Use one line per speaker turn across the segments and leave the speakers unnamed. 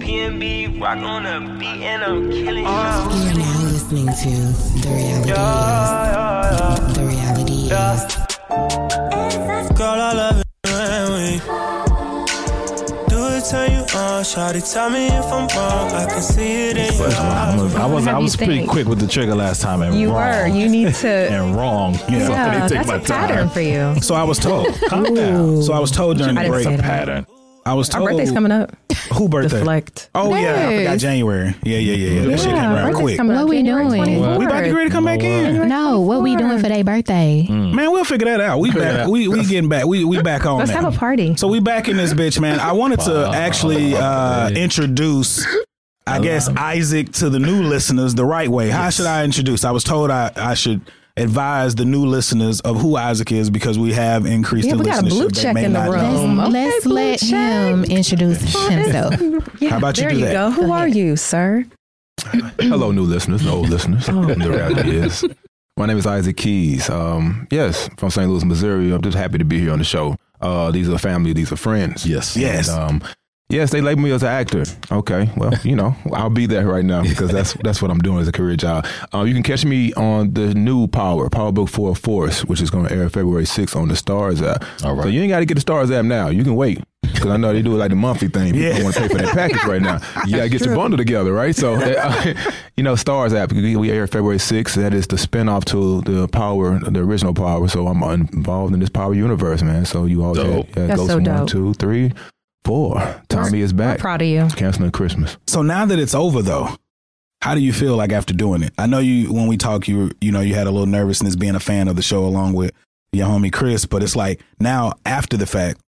PNB rock on a beat and I'm
Uh,
killing y'all.
You are now listening to The Reality Is. The Reality Is.
Girl, I love it when we do it till you on. Shawty, tell me if I'm wrong. I can see it in your
I was, I was, I
Have you
was pretty
think?
quick with the trigger last time. And
You
wrong.
were. You need to.
and wrong. You know,
Yeah,
they take
that's
my
a pattern
time.
for you.
So I was told. Calm down. So I was told during
I
the
didn't
break.
say that.
pattern. I was
Our
told.
birthday's coming up.
Who birthday?
Deflect.
Oh yeah, I forgot
Yes.
January. Yeah, yeah, yeah, yeah. That shit came around
birthday's
quick.
coming
What
up,
we
January
doing?
24th.
We about to get ready to come back in.
No, what we doing for their birthday?
Man, we'll figure that out. We back. We we getting back. We we back on.
Let's
now.
have a party.
So we back in this bitch, man. I wanted to actually uh, introduce, I guess, Isaac to the new listeners the right way. How should I introduce? I was told I, I should advise the new listeners of who Isaac is because we have increased
Yeah,
in
we got a
listenership.
blue
They
check
may
in the
not
room.
know.
Um, okay,
Let's
blue
let
check.
him introduce himself.
Yeah,
How about you
there
do
you
that?
go. Who are you, sir?
Hello, new listeners and old listeners.
Oh.
the reality is, my name is Isaac Keys. Um, yes, from St. Louis, Missouri. I'm just happy to be here on the show. Uh, these are family. These are friends.
Yes. Yes.
And, um, yes, they label me as an actor. Okay. Well, you know, I'll be that right now because that's that's what I'm doing as a career job. Uh, you can catch me on the new Power, Power Book 4 Force, which is going to air February 6th on the Stars app.
All right.
So you ain't got to get the Stars app now. You can wait because I know they do it like the monthly thing. People
Yeah.
want to pay for that package right now. You got to get your bundle together, right? So, uh, you know, Stars app, we we air February 6th. That is the spinoff to the Power, the original Power. So I'm involved in this Power universe, man. So you all
Dope.
yeah, it
That's
goes
so
from
dope.
one, two, three, four. Tommy is
We're
back.
proud of you.
Canceling Christmas.
So now that it's over, though, how do you feel like after doing it? I know you when we talk, you were- you know you had a little nervousness being a fan of the show along with your homie Chris, but it's like now after the fact,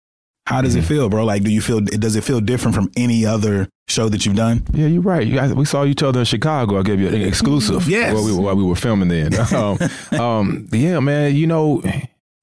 how does
Mm-hmm.
it feel, bro? Like, do you feel does it feel different from any other show that you've done?
Yeah, you're right. You guys, we saw each other in Chicago. I gave you an exclusive.
Mm, Yes.
While we, were- while we were filming then. Um, um, yeah, man, you know,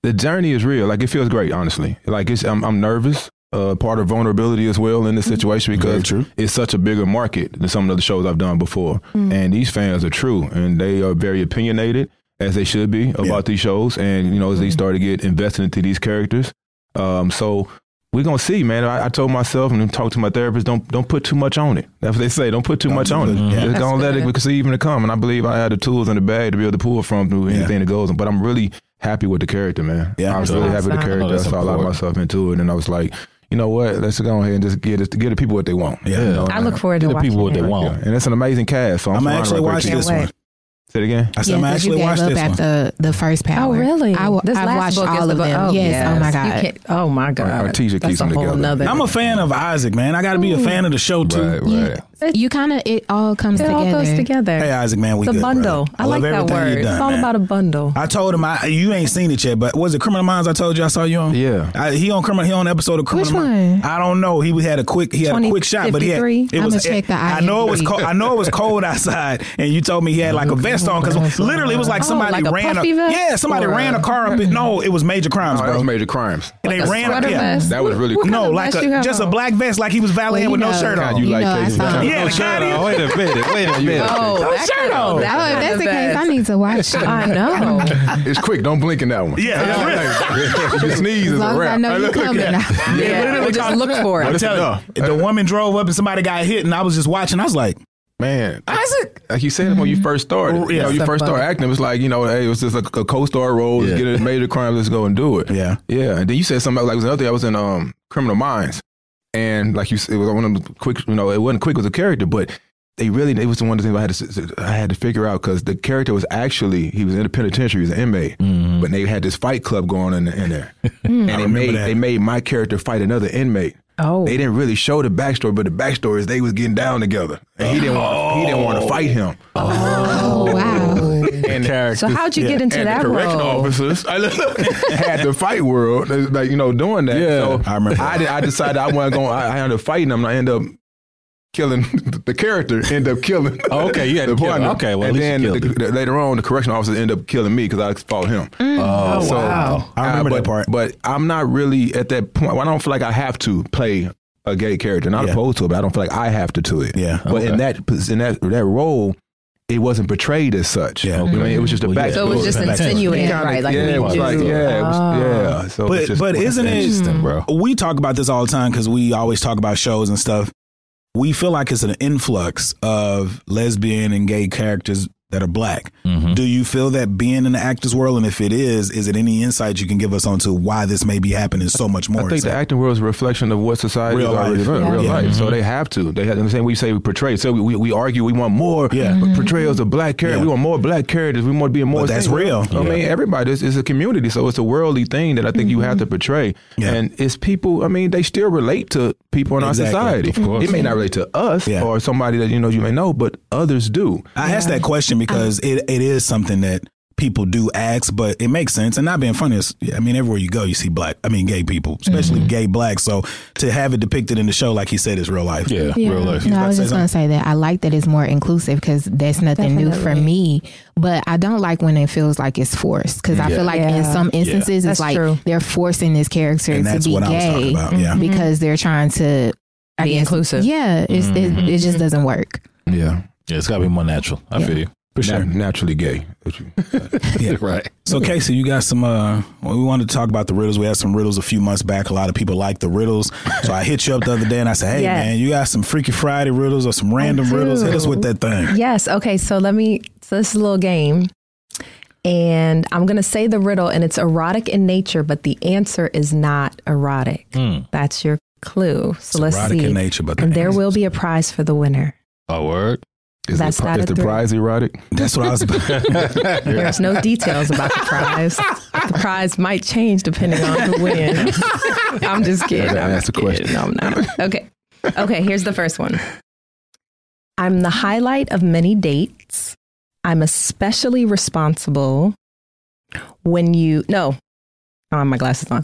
the journey is real. Like, it feels great, honestly. Like, it's, I'm, I'm nervous. Uh, part of vulnerability as well in this situation
Mm-hmm. Very
because
true.
it's such a bigger market than some of the shows I've done before.
Mm.
And these fans are true and they are very opinionated as they should be about
Yeah. Mm-hmm.
these shows. And, you know, as they start to get invested into these characters. Um, so we're gonna see, man. I, I told myself and talked to my therapist, don't don't put too much on it. That's what they say. Don't put too
Don't
much
do
on
it.
it.
Yeah.
Just
That's
don't let
good.
it conceive and it come. And I believe I had the tools in the bag to be able to pull from through
Yeah.
anything that goes. But I'm really happy with the character, man.
Yeah.
I was
That's
really happy
awesome.
with the
Oh,
character.
that's
so I locked
important.
myself into it, and I was like, you know what? Let's go ahead and just get it, get the people what they want.
Yeah.
You know,
I look forward to
the
watching
people what
it.
they want.
yeah. and it's an amazing cast. So I'm,
I'm
surrounded
actually
by great
watch
people.
this
Can't
one.
Say it again.
I said
Yeah,
I'm
'cause
actually
you
watch
gave up
this one.
after the first power.
Oh, really?
I,
this
have
last
watched
book is
all of
the-
them.
Oh,
yes. Oh my
You
god.
can't- oh my god.
Our teacher
That's
keeps
a
them
whole
together.
nother.
I'm a fan of Isaac, man. I got to be a fan of the show too.
Right, right.
You, kind of it all comes
it
together.
all goes together.
Hey, Isaac, man, we
it's a
good, brother.
bundle. I,
love
like that
everything you've
word.
done,
it's all
man.
about a bundle.
I told him I you ain't seen it yet, but was it Criminal Minds? I told you I saw you on.
Yeah.
I, he on criminal. He on episode of Criminal
Which
Minds. I don't know. He had a quick. He had a
20,
quick shot, but he had,
53?
it was.
I'ma check the
I know it was.
IMDb.
Cold, I know it was cold outside, and you told me he had like a vest on because literally it was like
Oh,
somebody
like a
ran
puffy vest?
Yeah, somebody
Or
ran
a-
a car up. it- No, it was major crimes,
Oh, that
bro.
was major crimes.
they ran
sweater
up. Yeah.
vest?
That was really
What
cool.
kind
No,
of
like
vest you
a,
have
just a
on?
black vest, like he was valeting
Well,
with
you
no
know-
shirt
God,
on.
you
You
like
know I
Casey.
saw-
Yeah,
no shirt
Connie.
on. Wait a minute. Wait a minute.
Oh,
No
that
shirt
kind of-
on.
that
Oh, if
kind
that's
of
the case,
vest.
I need to watch it.
I know.
It's quick. Don't blink in that one.
Yeah.
If you sneeze,
As
it's
long
a
as
wrap.
I know you
Look at
coming.
that.
yeah, we just look for
I'm
it.
telling you, the woman drove up and somebody got hit, and I was just watching. I was like,
Man,
Isaac,
like you said when you first started,
Oh, yeah.
you know, you
So
first
funny.
started acting, it was like, you know, hey, it was just a, a co-star role. Let's
Yeah.
get a major crime. Let's go and do it.
Yeah.
Yeah. And then you said something like, it was another thing. I was in um, Criminal Minds. And like you said, it was one of the quick, you know, it wasn't quick as a character, but they really, it was one of the things I had to, s- I had to figure out because the character was actually, he was in the penitentiary, he was an inmate, but they had this fight club going in, in there. and they
Mm-hmm. remember
made,
that.
they made my character fight another inmate.
Oh,
They didn't really show the backstory, but the backstory is they was getting down together, and he didn't want he didn't want to fight him.
Oh wow.
And
so how'd you get into
and
that
the correction
role?
officers I look- had the fight world, uh, like you know, doing that.
Yeah,
so
I remember
I, did- I decided I wasn't going. I, I ended up fighting them, and I ended up killing the character. End up killing.
Oh, okay, you had
the
to kill him.
partner.
Okay, well, at
and
least
then the,
you
the-
killed
later on, the correction officer ended up killing me because I fought him.
Oh,
So,
wow.
I remember
but,
that part.
But I'm not really at that point. I don't feel like I have to play a gay character. Not
Yeah.
opposed to it, but I don't feel like I have to do it.
Yeah.
But in that pos- in that that role, it wasn't portrayed as such.
Yeah.
You know what I mean? It was just a
Well, yeah.
backstory.
So it was just
Back to-
insinuated,
Kinda-
right? Like
yeah,
we
it was
do.
like, yeah, it was,
Oh.
yeah. So it was
But-
just-
but isn't it-
interesting, bro?
we talk about this all the time because we always talk about shows and stuff. We feel like it's an influx of lesbian and gay characters that are black.
Mm-hmm.
Mhm.
Do you feel that being in the actors world, and if it is, is it any insight you can give us onto why this may be happening so much more?
I think the acting world is a reflection of what society
Real
is already
life.
doing,
Yeah. Mm-hmm.
real
Yeah.
life. So they have to. They have the same we say we portray. So we, we, we argue we want more
Yeah.
but portrayals of black characters.
Yeah.
We want more black characters. We want to be more.
But that's
things.
real.
I
Yeah.
mean, everybody is is a community, so it's a worldly thing that I think you have to portray.
Yeah.
And it's people. I mean, they still relate to people in
Exactly.
our society.
Of course.
it may not relate to us
Yeah.
or somebody that you know you may know, but others do.
I asked that
Um,
question because it, it is something that people do ask, but it makes sense. And not being funny, is, I mean, everywhere you go, you see black, I mean, gay people, especially
Mm-hmm.
gay blacks. So to have it depicted in the show, like he said, is real life.
Yeah,
Yeah.
Oh,
real life.
No, I was
Say
just going to say that I like that it's more inclusive because that's nothing new for
Definitely.
me. But I don't like when it feels like it's forced because I feel like in
Yeah.
some instances
That's
it's like
true.
they're forcing this character
And
to
that's
be
what I was talking
gay Mm-hmm.
about, Oh, yeah.
because they're trying to I
Be
guess-
Mm-hmm. inclusive.
Yeah, it's, it, it just doesn't work.
Yeah,
Yeah, it's got to be more natural. I feel you. For
Na- naturally gay.
Yeah.
right.
So Casey, you got some. Uh, well, we wanted to talk about the riddles. We had some riddles a few months back. A lot of people like the riddles. So I hit you up the other day and I said, "Hey
Yes.
man, you got some Freaky Friday riddles or some random
do.
riddles? Hit us with that thing."
Yes. Okay. So let me. So this is a little game, and I'm gonna say the riddle, and it's erotic in nature, but the answer is not erotic. That's your clue. So let's
Hmm. Erotic
see.
in nature, but
and there will be a prize for the winner.
A word.
Is
That's
the, pri-
not
is
a
the
threat.
prize erotic?
That's what I was. about.
There's no details about the prize. the prize might change depending on who wins. I'm just kidding.
Yeah,
I'm
that's
just
the question.
kidding. No, I'm not. Okay. Okay, here's the first one. I'm the highlight of many dates. I'm especially responsible when you no. I have my glasses on.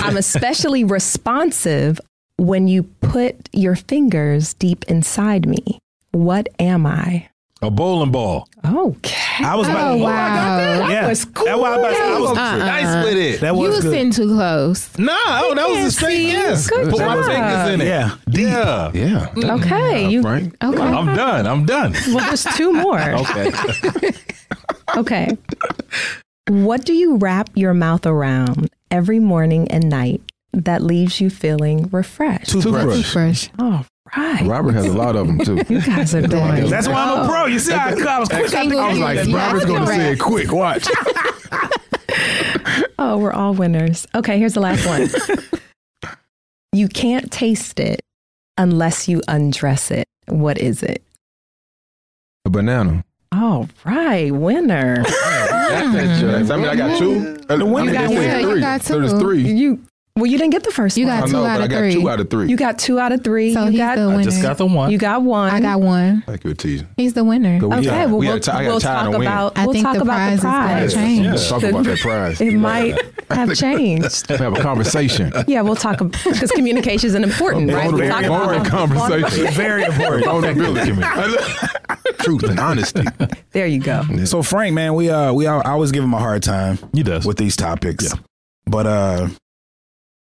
I'm especially responsive when you put your fingers deep inside me. What am I?
A bowling ball.
Okay.
I was about.
Oh, wow.
Yeah.
That was cool.
That was, I was,
Uh-uh.
Nice with it.
that
You
was
was
good. Oh,
sitting too close.
No, that was a straight yes.
Good
Put my
job.
fingers in it.
Yeah.
Yeah.
Yeah.
Okay, you
Right.
Okay.
I'm done. I'm done.
Well, there's two more.
Okay.
okay. What do you wrap your mouth around every morning and night that leaves you feeling refreshed?
Toothbrush.
Fresh.
All right.
Robert has a lot of them too.
You guys are doing.
That's why I'm a pro. You see, how I, I was quick.
I was
Like Robert's going to say it quick. Watch.
Oh, we're all winners. Okay, here's the last one. you can't taste it unless you undress it. What is it?
A banana.
All right, winner.
That's I mean, I got two. Mm-hmm. Uh, The
winner
I
got
mean,
two.
three.
You got
So
two.
there's three.
You well, you didn't get the first
You
one.
I
got
know,
two out
but I
of
got
three.
two out of three.
you got two out of three.
So
you
he's
got
the
I
winner.
just got the one.
you got one.
I got one.
I give it to you.
He's the winner.
Go
Okay,
Yeah.
well,
We
we'll,
gotta tie- I gotta
we'll
tie it
talk
and win.
about
I
we'll
think
talk
the
about
prize
the prize.
is gonna change.
Let's talk about that prize.
It might have changed.
We have a conversation.
Yeah, we'll talk because communication is important, right? We'll talk
Vulnerable,
about-
vulnerable conversation.
Very important.
Vulnerability. Truth and honesty.
There you go.
So Frank, man, we uh we all, I always give him a hard time
He does.
with these topics. But uh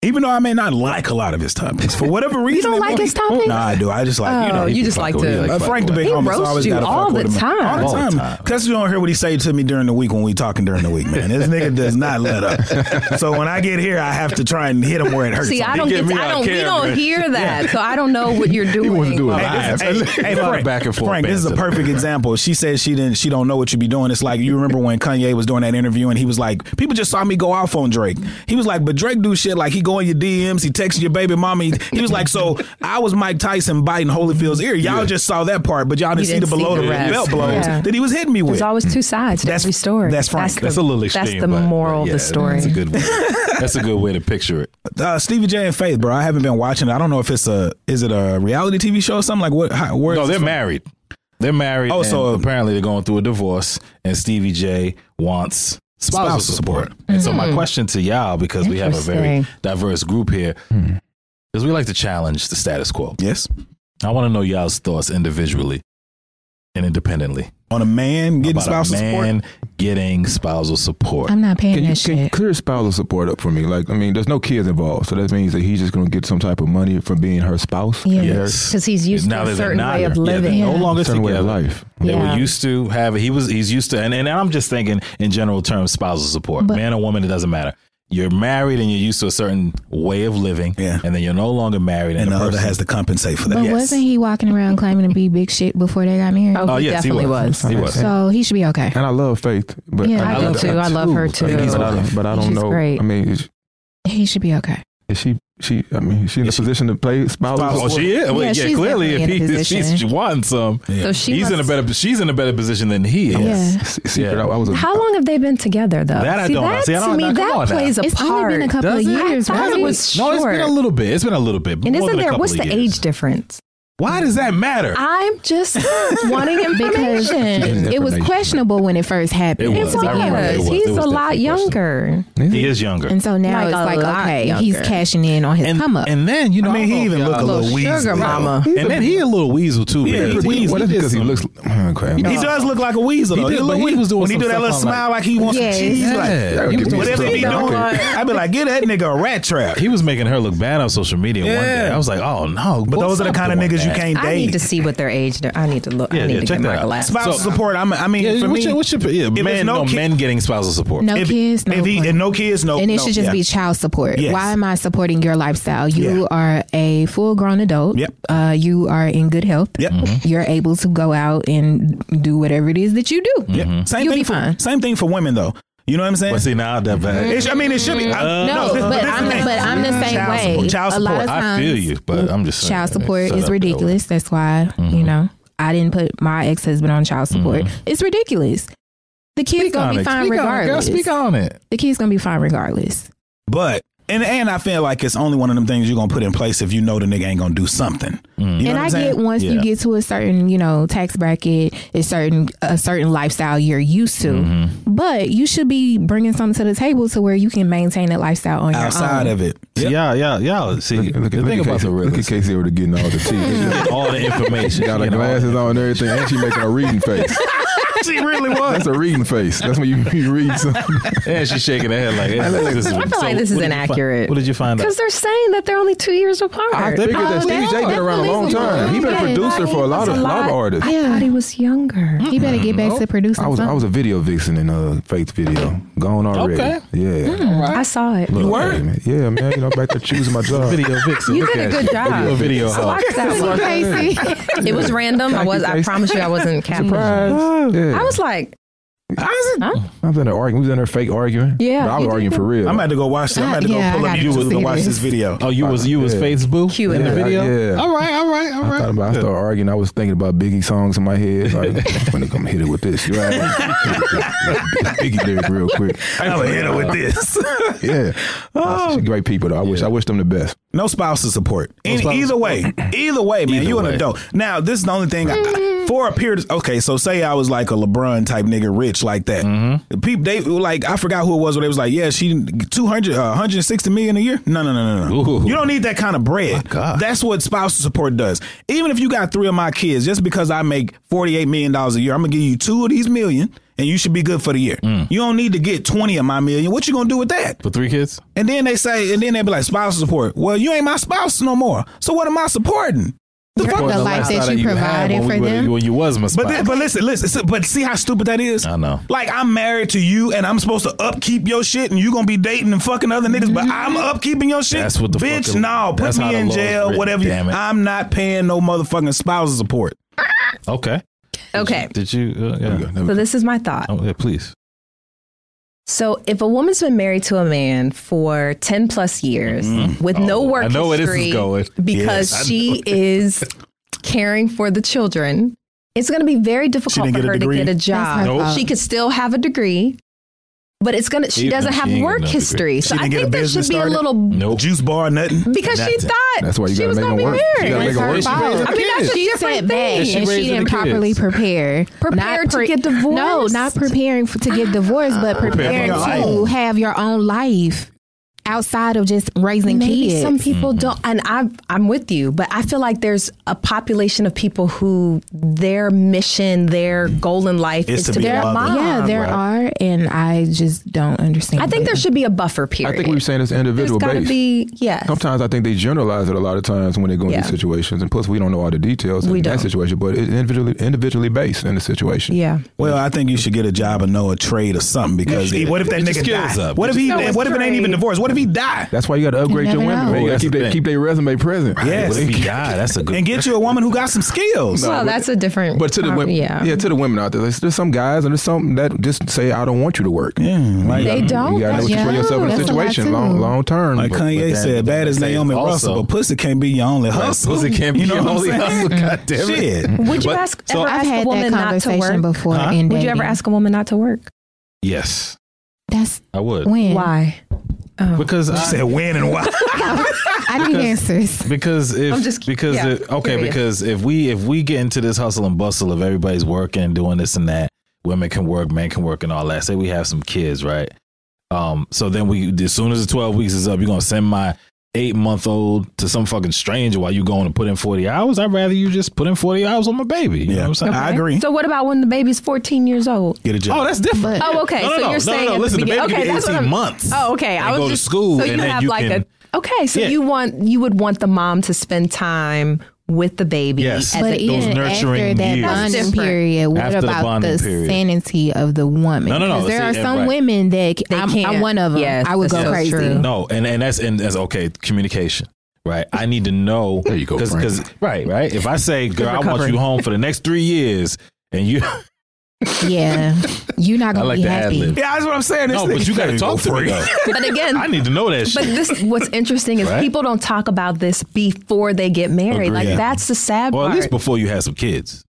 even though I may not like a lot of his topics, for whatever reason,
don't
it
like
won't-
his topics?
Nah, I do. I just like you
Oh,
know.
you just like to-
uh, Frank the big
He
homie, so I
roasts
always
you
gotta fuck
all the
with him.
time.
All the
All
time.
the time.
Because you don't hear what he say to me during the week when we talking during the week, man. This nigga does not let up. So when I get here, I have to try and hit him where it hurts.
See, I
him.
don't
get
get.
me
To, I
on
don't. We
camera.
don't hear that, so I don't know what you're doing.
He wants to do it
Hey,
live.
this- hey, hey,
A lot of
Frank,
back and forth
Frank, this is a
banter.
perfect example. She says she didn't. She don't know what you be doing. It's like you remember when Kanye was doing that interview and he was like, "People just saw me go off on Drake." He was like, "But Drake do shit like he go in your DMs, he texts your baby mommy." He was like, "So I was Mike Tyson biting Holyfield's ear. Y'all just saw that part, but y'all didn't,
You
see the
didn't see
below
the
the,
rest.
belt blows
Yeah.
that he was hitting me with."
There's always two sides to
That's-
every story.
that's Frank.
the-
That's a little extreme.
That's the
but- but
moral
yeah,
of the story.
That's a good. Way. that's a good way to picture it.
uh, Stevie J and Faith, bro. I haven't been watching. it. I don't know if it's a is it a reality TV show or something like what? How, where
No,
is
they're
this from?
married. They're married.
Oh,
and
so-
apparently they're going through a divorce, and Stevie J wants spousal
Spousal
support. And so my question to y'all, because we have a very
Mm-hmm. Interesting.
diverse group here, because we like to challenge the status quo.
Yes.
I want to know y'all's thoughts individually. and independently.
on a man getting
About a
spousal support.
man getting spousal support.
I'm not paying
Can you,
that
can you
shit.
clear spousal support up for me? Like, I mean, there's no kids involved, so that means that he's just gonna get some type of money from being her spouse.
Yeah.
Yes.
because he's used
Now
to
that
a
they're
certain
not-
way of
yeah, they're
living.
no longer
Certain way
together.
of life.
They
Yeah.
were used to have he was he's used to and, and I'm just thinking in general terms spousal support.
But-
Man or woman, it doesn't matter. You're married and you're used to a certain way of living.
Yeah.
And then you're no longer married and,
And the
the
other
person
has to compensate for that.
But wasn't he walking around claiming to be big shit before they got married?
Oh,
Oh,
he
yes, he
definitely was.
was. He was.
So he should be okay.
And I love Faith, but
Yeah, I
I, do
love
too.
that
I love her too.
I think he's- but, I don't, but I don't
She's
know.
great.
I mean, is,
He should be okay.
is she? She? I mean, is she in a
Is she-
position to play spousal?
Oh,
support?
she is. Well,
Yeah,
yeah,
she's
clearly, if
definitely
he
in a
if she's
position.
won some,
So she
he's in a
must-
better. She's in a better position than he is.
Yeah.
S- Secret.
Yeah.
I was a
How long have they been together though?
That I
see,
don't know.
That,
See, I don't-
to me,
now, come
that
on now.
plays a
It's
part.
only been a couple
Does
of
it?
I
years,
thought
right?
it was
No, it's been a
short.
little bit. It's been a little bit.
and
more
isn't
than a
there
couple
what's
of
the
years.
age difference?
Why does that matter?
I'm just wanting
because
information.
it was
Information.
questionable when it first happened.
It
It
was.
was.
I remember it was. It
He's
was
a lot
definitely
younger.
he is younger.
And so now
Like
it's
a
like,
lot
okay,
younger.
he's cashing in on his
And,
come up.
and then you know,
I mean,
don't
he
know
even
if
looked a
y'all-
little
sugar
weasel.
mama.
And then he a little weasel too.
Yeah,
man.
he's
He-
weasel.
Well, that's because he looks. Okay.
He does look like a weasel.
He
though.
did,
look
but he
when-
was doing
when he
some
do that
stuff,
little
I'm like-
smile like, he wants
Yeah,
some cheese.
yeah.
Like,
That would give me
whatever
some
he
stuff.
doing, I'd be like, give that nigga a rat trap.
He was making her look bad on social media one
Yeah.
day. I was like, oh no.
But those are the kind of niggas you can't
I need to
date.
see what their age. they're- I need to look.
Yeah,
I need
yeah,
to
check
get
that
my
out.
glasses.
Spousal
So-
support. I'm, I mean,
Yeah,
for
what's
me,
your, what's your yeah,
there's
men,
no
no,
kid-
men getting spousal support.
no kids, no.
if he,
one.
and no kids, no.
and it
no-
should just
yeah.
be child support.
Yes.
Why am I supporting your lifestyle? You
Yeah.
are a full grown adult.
Yep.
Uh, you are in good health.
Yep.
Mm-hmm.
You're able to go out and do whatever it is that you do.
Yeah. Same
You'll
thing
be
for
fine.
same thing for women though. You know what I'm saying?
But see now that
It sh- I mean, it should be. I,
No,
this-
but
this
I'm,
the thing.
but I'm the same
child
way.
Support, child
a lot
support.
of
I
times,
feel you, but I'm just saying,
child
it's
support
set up
is
that way.
ridiculous. That's why
Mm-hmm.
you know I didn't put my ex husband on child support. It's ridiculous. The kid's gonna be fine regardless.
Speak on it.
The kid's gonna be fine regardless.
But and and I feel like it's only one of them things you're gonna put in place if you know the nigga ain't gonna do something. You know what
and
I'm
I
saying?
get once
Yeah.
you get to a certain, you know, tax bracket, a certain a certain lifestyle you're used to, but you should be bringing something to the table to where you can maintain that lifestyle on
outside
your own.
of it.
See, yeah, yeah, yeah. See,
Look, look,
the
look,
thing
at
about
Casey,
the
look at
realest,
Casey over getting all the tea.
all the information.
She got her
you know,
glasses on and everything, and she making a reading face.
she really
That's a reading face. That's when you, you read something.
And she's shaking her head like, yeah, this is,
I feel like this is
what did you find-
inaccurate.
what did you find out?
Because they're saying that they're only two years apart.
I
I,
think-
Figured that
Oh,
Stevie J
that's
been around a long
unbelievable.
time. He been a
Yeah.
producer for a lot of
That's a
lot of
lot.
artists.
thought he was younger.
He better get back to producing.
I was I
something.
was a video vixen in uh, Faith's video. Gone already.
Okay.
Yeah.
I saw it.
Look, hey, man. Yeah, man. You know, back there choosing my job.
Video vixen.
You
look
did a
at
good
you.
job.
Video, video hog.
Block that one.
Casey.
It was random. I was. I promise you, I wasn't catfishing.
Surprise. Yeah.
I was like,
I was in there arguing. We was in there fake arguing.
Yeah,
But
you
I was
did
arguing for real.
I'm about to go watch this. I'm about to go
Yeah,
pull
I
up
gotta
YouTube
see
and watch
this.
this video.
Oh, you was you was
Yeah.
Faith's boo
Cue in
in
the
the
video?
video.
Yeah.
All right, all right, all
I
right.
thought about I started arguing. I was thinking about Biggie songs in my head. Like, I'm gonna come hit it with this. You know what I mean? Biggie lyric real quick.
I'm gonna hit her with this.
Yeah.
Oh.
Nah, she's great people though. I wish I wish them the best.
No spousal support. Any-
spousal
either way, either way, man,
Either
you an
way.
adult. Now, this is the only thing I, for a period. Of, okay, so say I was like a LeBron type nigga, rich like that.
Mm-hmm.
People, they were like I forgot who it was, but they was like, yeah, she 200, uh, 160 million a year. No, no, no, no, no.
Ooh.
You don't need that kind of bread.
God.
That's what spousal support does. Even if you got three of my kids, just because I make forty eight million dollars a year, I'm gonna give you two of these million, and you should be good for the year.
Mm.
You don't need to get twenty of my million. What you gonna do with that?
For three kids?
And then they say, and then they be like, spousal support. Well, you ain't my spouse no more. So what am I supporting? The
You're
fuck?
the life that you
had
provided
when we
for
were-
them.
When you was my
But
spouse.
then, but listen, listen. so- But see how stupid that is.
I know.
Like I'm married to you, and I'm supposed to upkeep your shit, and you gonna be dating and fucking other niggas, but I'm upkeeping your shit.
Mm-hmm. That's what the
bitch.
fucking-
no, put
that's how
me
the
in
law's
jail,
written,
whatever. you-
damn it.
I'm not paying no motherfucking spousal support.
Okay.
okay.
Did you? Uh,
There you
yeah.
go. There we
So
go.
this is my thought.
Oh, yeah, please.
So if a woman's been married to a man for 10 plus years with no
Oh,
work
I know where this is
history
going.
because
Yes, I
she is caring for the children, it's going to be very difficult
didn't
for
get a
her to
degree?
get a
her
job.
Nope.
She could still have a degree, but it's going to she
Even
doesn't
if she
have
ain't got
work
no degree.
history. So
She
I
didn't get a
think there should
business
be a
started?
little
Nope. Mm-hmm.
Juice bar, nothing.
because she
Nothing.
thought
That's why you
she
gotta
was
make
going to
them
be
work. You
married.
gotta make
That's
them
her
work. She raised
fault.
them
I mean, that's a
kids.
different
sat
thing.
back
She
and she
raised the
didn't
kids.
properly prepare.
Prepared to get divorced? Ah.
No, not preparing for, to get divorced, but
Prepare for
preparing
your
to
life.
have your own life outside of just raising
Maybe
kids.
some people don't, and I'm I'm with you, but I feel like there's a population of people who their mission, their goal in life
Is
is
to
to,
be
be
a
a
mother.
mom.
yeah, there are, and I just don't understand.
I think
it.
there should be a buffer period.
I think we were saying it's
There's
individual
got to
based.
be yes.
Sometimes I think they generalize it a lot of times when they go into
Yeah.
these situations, and plus we don't know all the details in
We
that
don't.
situation. But it's individually individually based in the situation.
yeah.
Well, I think you should get a job or know a trade or something because
Yeah.
what if that
Get
nigga
your skills
die?
up.
What if he?
Get
your-
What if it ain't even divorced? What if he die?
That's why you got to upgrade
You
your
never
women.
know.
They
Well,
gotta
that's
keep
the
their
thing.
keep their resume present.
Yes.
What if he died? That's a good.
And get you a woman who got some skills.
well, that's a different.
But to the
um,
women, yeah.
yeah.
to the women out there, there's, there's some guys and there's some that just say, "I don't want you to work."
Yeah, like,
They don't.
You gotta know what you
That's-
put yourself in a
that's lot,
situation
too.
long long term.
Like
But-
Kanye
but that-
said, bad as
that
Naomi
also-
Russell, but pussy can't be your only hustle.
Pussy can't be
You know
your
what I'm
only
saying?
hustle. God damn it.
Shit.
Would you
But-
ask
so-
ever
I've
ask
I've
a
had that
woman not to
conversation
work?
before.
Huh?
in
Would you ever
dating.
ask a woman not to work?
Yes,
That's
I would.
when.
Why? Oh.
Because
She
I,
said when and why.
I need answers.
because if
I'm just-
because
yeah,
if- okay
curious.
because if we if we get into this hustle and bustle of everybody's working and doing this and that women can work men can work and all that say we have some kids right um so then we as soon as the 12 weeks is up you're gonna send my eight month old to some fucking stranger while you going to put in 40 hours i'd rather you just put in 40 hours on my baby you know what i'm saying
I agree.
So what about when the baby's 14 years old?
Get a job.
oh that's different
But-
Oh, okay.
no, no,
so
no,
you're
no,
saying
no,
at
listen,
the
the
beginning.
baby
okay,
could be
that's what
18
I'm-
months
Oh, okay.
and
I was
go to
just,
school
So
and
you
then
have
you
like
can-
a okay. So
Yeah.
you want you would want the mom to spend time with the baby.
Yes.
as
But
a-
it- those nurturing
after that
years.
That's
bonding
different.
period, what
After the
about the,
bonding period.
sanity of the woman?
No, no, no.
'Cause There
See,
are
and
some
right.
women that
They
I'm, I'm
can't.
one of them.
Yes,
I would go
that's so
crazy.
true.
No, and and that's and that's okay. Communication, right? I need to know.
There you go, Frank.
Because right, right. If I say, "Girl, I want
recovering.
you home for the next three years," and you,
Yeah, you're not
I
gonna
like
be
the ad
happy.
lib.
yeah, that's what I'm saying.
No, but you got to talk to me. Though.
but again,
I need to know that
But
shit.
this, what's interesting is
Right?
people don't talk about this before they get married.
Agreed.
Like
Yeah.
that's the sad
Well, at
part.
least before you have some kids.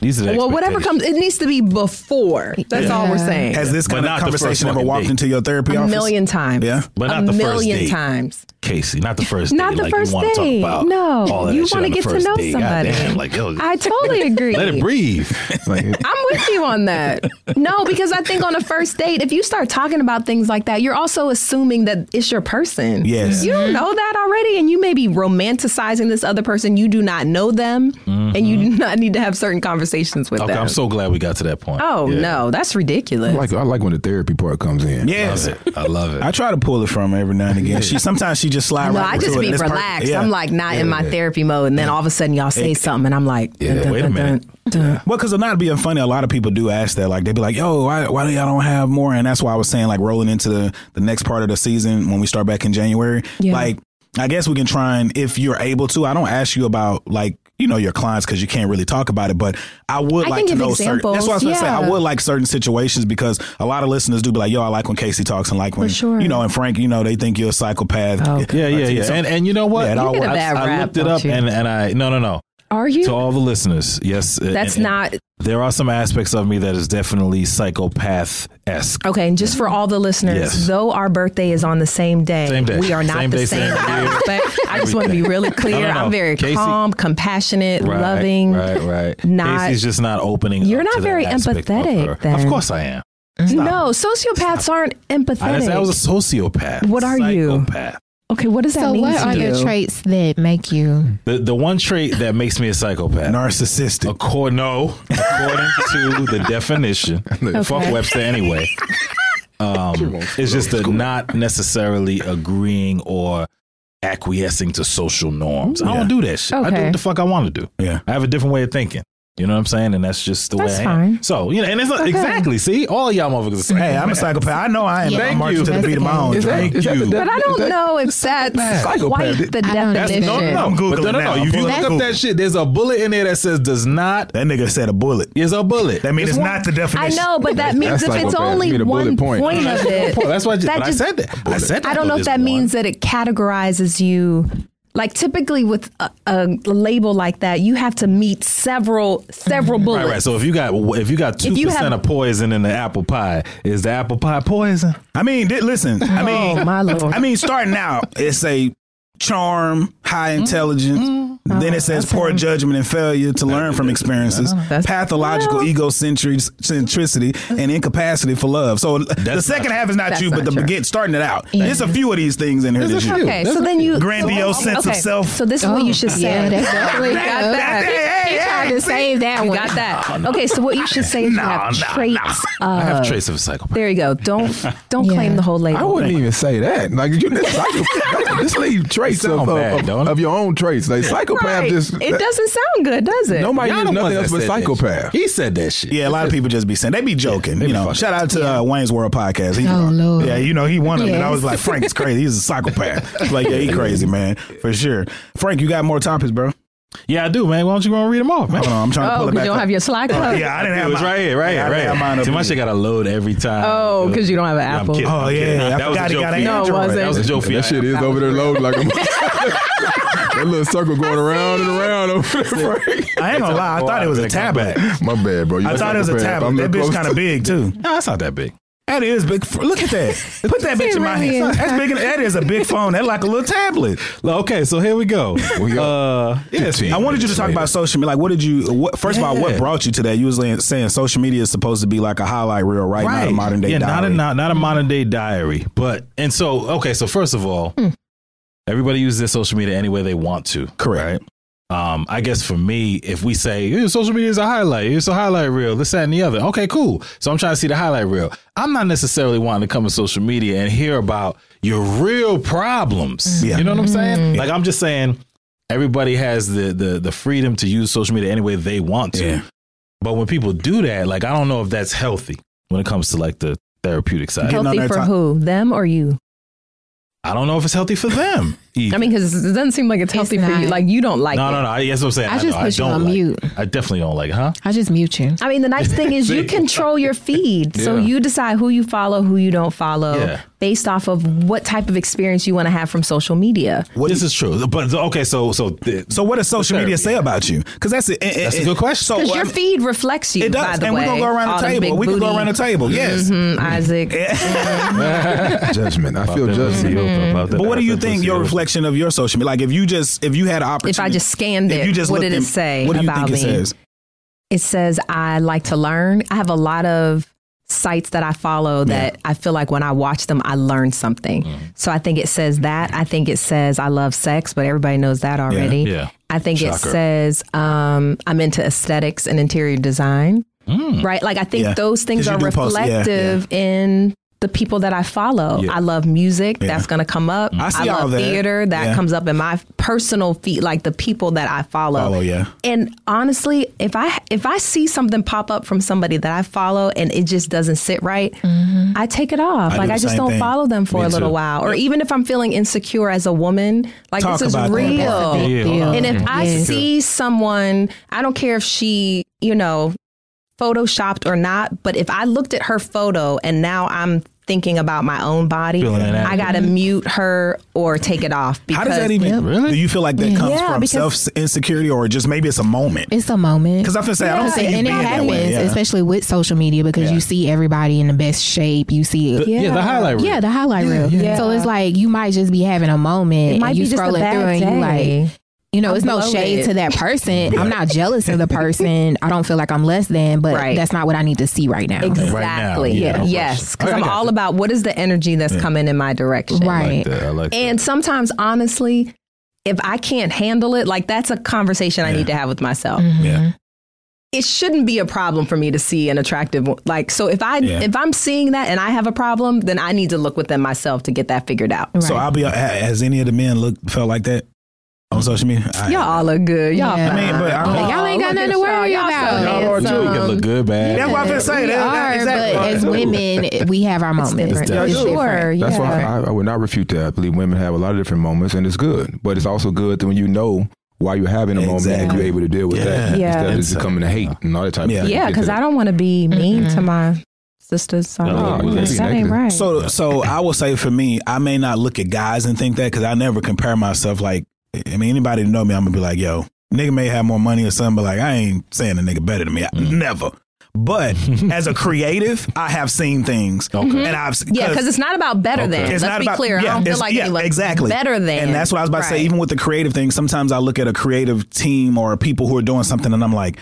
These are the
well, whatever
expectations.
comes, it needs to be before. That's all we're
Yeah.
saying.
Has this
But
kind
not
of
the first
conversation ever
fucking
walked
date.
into your therapy
a
office?
million times.
Yeah.
But
a
not the first
million
date.
times.
Casey, not the first.
Not
date.
the
Like, you
first
wanna talk
date.
about
No.
all that
You
shit
wanna
on the
get to
first
know
date.
somebody.
Goddamn, like yo,
I totally agree.
let it breathe.
Like, it-
I'm with you on that. No, because I think on a first date, if you start talking about things like that, you're also assuming that it's your person.
Yes.
You don't know that already, and you may be romanticizing this other person. You do not know them, and you do not need to have certain conversations with
Mm-hmm. Okay,
them.
I'm so glad we got to that point.
oh,
Yeah.
no, that's
I
ridiculous.
like I like when the therapy part comes in.
Yes.
Love it. I love it.
I try to pull it from her every now and again. She sometimes she just slide
no,
right
I just
into it
be
and it's perfect.
relaxed.
Yeah.
I'm like not in my therapy mode, and then all of a sudden y'all say something, and I'm like,
Yeah, wait a minute.
Well, because not being funny, a lot of people do ask that. Like they be like, "Yo, why, why do y'all don't have more?" And that's why I was saying, like, rolling into the the next part of the season when we start back in January.
Yeah.
Like, I guess we can try and if you're able to. I don't ask you about like you know your clients because you can't really talk about it, but I would
I
like
can
to
give
know certain. That's what I was gonna
examples,
say. I
yeah.
would like certain situations because a lot of listeners do be like, "Yo, I like when Casey talks," and like when
sure.
you know, and Frank, you know, they think you're a psychopath.
Oh,
Yeah, yeah, yeah. And and you know what?
Yeah, it You all
get a works. bad
I, I
rap,
looked it
don't
up
you?
and and I no no no.
Are you?
To all the listeners, yes. and-
that's
and-
not
There are some aspects of me that is definitely psychopath esque.
Okay, and just for all the listeners,
Yes.
though our birthday is on the same day,
Same day.
we are not
Same
the
day,
same.
same
in
year.
that respect. I just want to be really clear.
No, no, no.
I'm very
Casey-
calm, compassionate,
Right,
loving.
Right, right.
not-
Casey's just not opening.
You're
up
not
to that
very
aspect of
empathetic,
her.
then.
Of course I am.
No, sociopaths aren't
I,
empathetic.
didn't say I was a sociopath.
What are you?
Psychopath.
okay, what does that
So,
mean
what
to
are
you?
your traits that make you?
The the one trait that makes me a psychopath.
narcissistic.
Accord, no, according to the definition, fuck Webster anyway. Um, it's just the not necessarily agreeing or acquiescing to social norms. I don't do that shit. I do
Okay.
what the fuck I want to do.
Yeah.
I have a different way of thinking. You know what I'm saying? And that's just the
That's
way I am.
fine.
So, you know, and it's not exactly, see, all y'all motherfuckers are saying,
Hey, I'm a psychopath. I know I am.
Yeah.
I'm
Thank
marching
you.
to the beat of my own
Is
drum.
that,
Thank
is that the
you.
de-
but I don't
is that-
know if that's
Psychopath.
quite the
I don't
definition.
know.
no,
Shit.
no,
I'm
But
Googling
no, no,
now.
no. If you
Pull
look
up
up
Google.
that shit, there's a bullet in there that says does not
That nigga said a bullet.
is a bullet.
That means
Just
it's
one-
not the
I
definition.
know, but that means
That's
if it's
psychopath. You
only
need a bullet
one
point.
point, of it,
Well, that's why I, ju-
that
but
just-
I said that. I said that.
I don't know
though,
if that
there's one.
means that it categorizes you. Like typically with a, a label like that, you have to meet several several bullets.
Right, right. So if you got if you got two
If you have-
percent of poison in the apple pie, is the apple pie poison?
I mean, di- listen. I
Oh,
mean,
my lord. Mm-hmm.
I mean, starting out, it's a charm, high intelligence, then it says poor judgment and failure to learn from experiences,
Oh, That's-
pathological egocentric- centricity, and incapacity for love. So the second half is not
That's
you, but
not
the
true.
begin starting it out. There's a few of these things in here. That you,
Okay, so then you
Grandiose
so-
sense of self.
So this is what you should say.
Oh, Yeah, that's definitely
You got that.
He tried to save that
You
one.
got that. Okay, so what you should say is you have traits.
I
of-
have traits of a psychopath.
there you go. Don't don't
Yeah.
claim the whole label.
I wouldn't even say that. Like you, psycho- just leave traits
Sound
of, of,
bad,
of-
don't it?
of your own traits. Like psychopath,
Right.
just
it doesn't sound good, does it?
uh, Nobody
Y'all
is
the
nothing
ones
else
that
but
said that
psychopath.
shit. He said that shit.
yeah, a lot of people just be saying they be joking.
they
you
be
know,
fucking.
shout out to uh, Wayne's World podcast. He-
Oh, Lord.
Yeah, you know he one of them. And I
Yes.
was like, Frank is crazy. He's a psychopath. like, yeah, he crazy man for sure. Frank, you got more topics, bro?
Yeah, I do, man. Why don't you go and read them off, man?
Hold on, I'm trying to
Oh,
pull it
because
back.
you don't
up.
have your slide club.
yeah, I didn't have
It was
mine.
right here, right
Yeah, I
here,
didn't have
right
mine
here.
up
See, my
here.
shit got to load every time.
Oh, 'cause you don't have an
I'm
Apple.
kidding,
Oh,
I'm kidding.
yeah, I
That was
forgot he
a joke
got
for
an
you.
Android.
No, it wasn't.
That was a joke for you.
That shit is over there loading like a that little circle going around and around over there. Frank.
I ain't gonna lie, I thought it was a tablet.
My bad, bro. You
I thought it was a
psychopath.
tablet.
I'm
That
the
bitch
closest-
kind of big too.
No, it's not that big.
That is big. Look at that. Put that bitch in my
really
hand.
is.
That's big. That is a big phone. That like a little tablet.
Well, Okay, so here we go.
We
uh, yes,
I wanted you to talk about social media. Like, what did you? What, first of all, what
Yeah.
brought you to that? You was like saying social media is supposed to be like a highlight reel, right? Not a modern day.
yeah, not a
diary.
not, not a modern day diary. But and so okay, so first of all, everybody uses their social media any way they want to.
Correct.
Right? Um, I guess for me, if we say "Yeah, social media is a highlight, it's a highlight reel, this, that, and the other. Okay, cool. So I'm trying to see the highlight reel. I'm not necessarily wanting to come to social media and hear about your real problems.
Yeah.
You know what I'm saying? Like I'm just saying, everybody has the the the freedom to use social media any way they want to.
Yeah.
But when people do that, like I don't know if that's healthy when it comes to like the therapeutic side.
Getting on
Healthy
that
for
top-
who? Them or you?
I don't know if it's healthy for them. either.
I mean, because it doesn't seem like it's healthy for you.
not.
Like you don't like
no,
it.
no, no. I, that's what I'm saying.
I just
know,
put you
don't
on
like-
mute.
I definitely don't like, it, huh?
I just mute you.
I mean, the nice thing is you
See?
control your feed. So
Yeah.
you decide who you follow, who you don't follow,
Yeah.
based off of what type of experience you want to have from social media.
this is true. But okay, so so th-
So, what does social
Therapy.
media say about you? Because that's it. and- and-
That's a
and-
good question.
So
Because
I
your
mean,
feed reflects you,
It
by
does,
the
and
way.
we gonna go around the table. We can go around the table. Yes.
Mm, Isaac.
judgment. I feel judgment.
But what do you think your reflection of your social media? Like, if you just if you had an opportunity,
If I just scanned
if
it,
you just
what
looked
did it
in-
say
What do you
about
think it
me?
says?
It says I like to learn. I have a lot of sites that I follow that I feel like when I watch them, I learn something.
Mm-hmm.
So I think it says that. I think it says I love sex, but everybody knows that already.
Yeah.
I think it
Shocker.
says um, I'm into aesthetics and interior design. Right? Like I think
Mm. Yeah.
those things
'Cause you
are
do post- yeah, yeah.
reflective in the people that I follow. I love music. That's going to come up.
I see
love
all that.
theater. That
Yeah.
comes up in my personal feed, like the people that I follow.
Follow, yeah.
And honestly, if I if I see something pop up from somebody that I follow and it just doesn't sit right, I take it off.
I do
like
the
I just
same
don't
thing.
follow them for
Me
a little
too.
while. Or even if I'm feeling insecure as a woman, like
Talk
this is
about that.
real.
Yeah, yeah, hold on.
And if I
Yes.
see someone, I don't care if she, you know, photoshopped or not, but if I looked at her photo and now I'm thinking about my own body,
Feeling inadequate.
I gotta mute her or take it off. Because
How does that even?
Really?
Do you feel like that comes
Yeah,
from
because-
self insecurity, or just maybe it's a moment?
It's a moment.
Because I feel say I don't
Yeah,
see you
and
being
it
that
happens,
way. Yeah.
especially with social media, because you see everybody in the best shape. You see,
The, yeah. the highlight reel.
yeah, the highlight reel.
yeah.
So it's like you might just be having a moment.
It might
and you
be just a
scrolling
bad
through and you
day.
like, you know,
I'm
it's no
bloated.
shade to that person. I'm not jealous of the person. I don't feel like I'm less than, but
Right.
that's not what I need to see right now.
Exactly.
yeah, no
Yes.
question.
Because
I- I
I'm
got
all
you.
about what is the energy that's coming in my direction.
I
Right.
like that. I like that.
And sometimes, honestly, if I can't handle it, like that's a conversation I need to have with myself.
Mm-hmm.
Yeah.
It shouldn't be a problem for me to see an attractive wo- like so if I
Yeah.
if I'm seeing that and I have a problem, then I need to look within myself to get that figured out.
So I'll be. ha- Has any of the men look felt like that on social media? I-
Y'all all look good. Y'all
Yeah. I
mean, but I
fine.
don't-
Y'all ain't got
look
nothing
at
to worry
y'all.
about.
Y'all
Y'all
so
are too. You can
handsome.
look good, bad.
That's what I'm finna say.
We
That-
are,
that- exactly.
but as women, we have our moments.
different.
It's
Sure,
different.
That's why I, I would not refute that. I believe women have a lot of different moments, and it's good. But it's also good that when you know why you're having a moment and
Exactly.
you're able to deal with that
Yeah.
instead of
It's,
just coming to hate and all that type
Yeah.
of thing.
Yeah, because I don't want to be mean to my sisters. So
No,
I'm
we
like,
can't be
Mm-hmm. that ain't
negative.
right.
So, so I will say for me, I may not look at guys and think that because I never compare myself. Like, I mean, anybody that know me, I'm gonna be like, yo, nigga may have more money or something, but like, I ain't saying a nigga better than me. I, Never. But as a creative, I have seen things, and I've
Yeah, because it's not about better than.
It's
Let's
not
be
about,
clear.
Yeah,
I don't feel
it's-
like
yeah,
it looks
exactly
better than.
And that's what I was about to
Right.
say. Even with the creative thing, sometimes I look at a creative team or people who are doing something, and I'm like,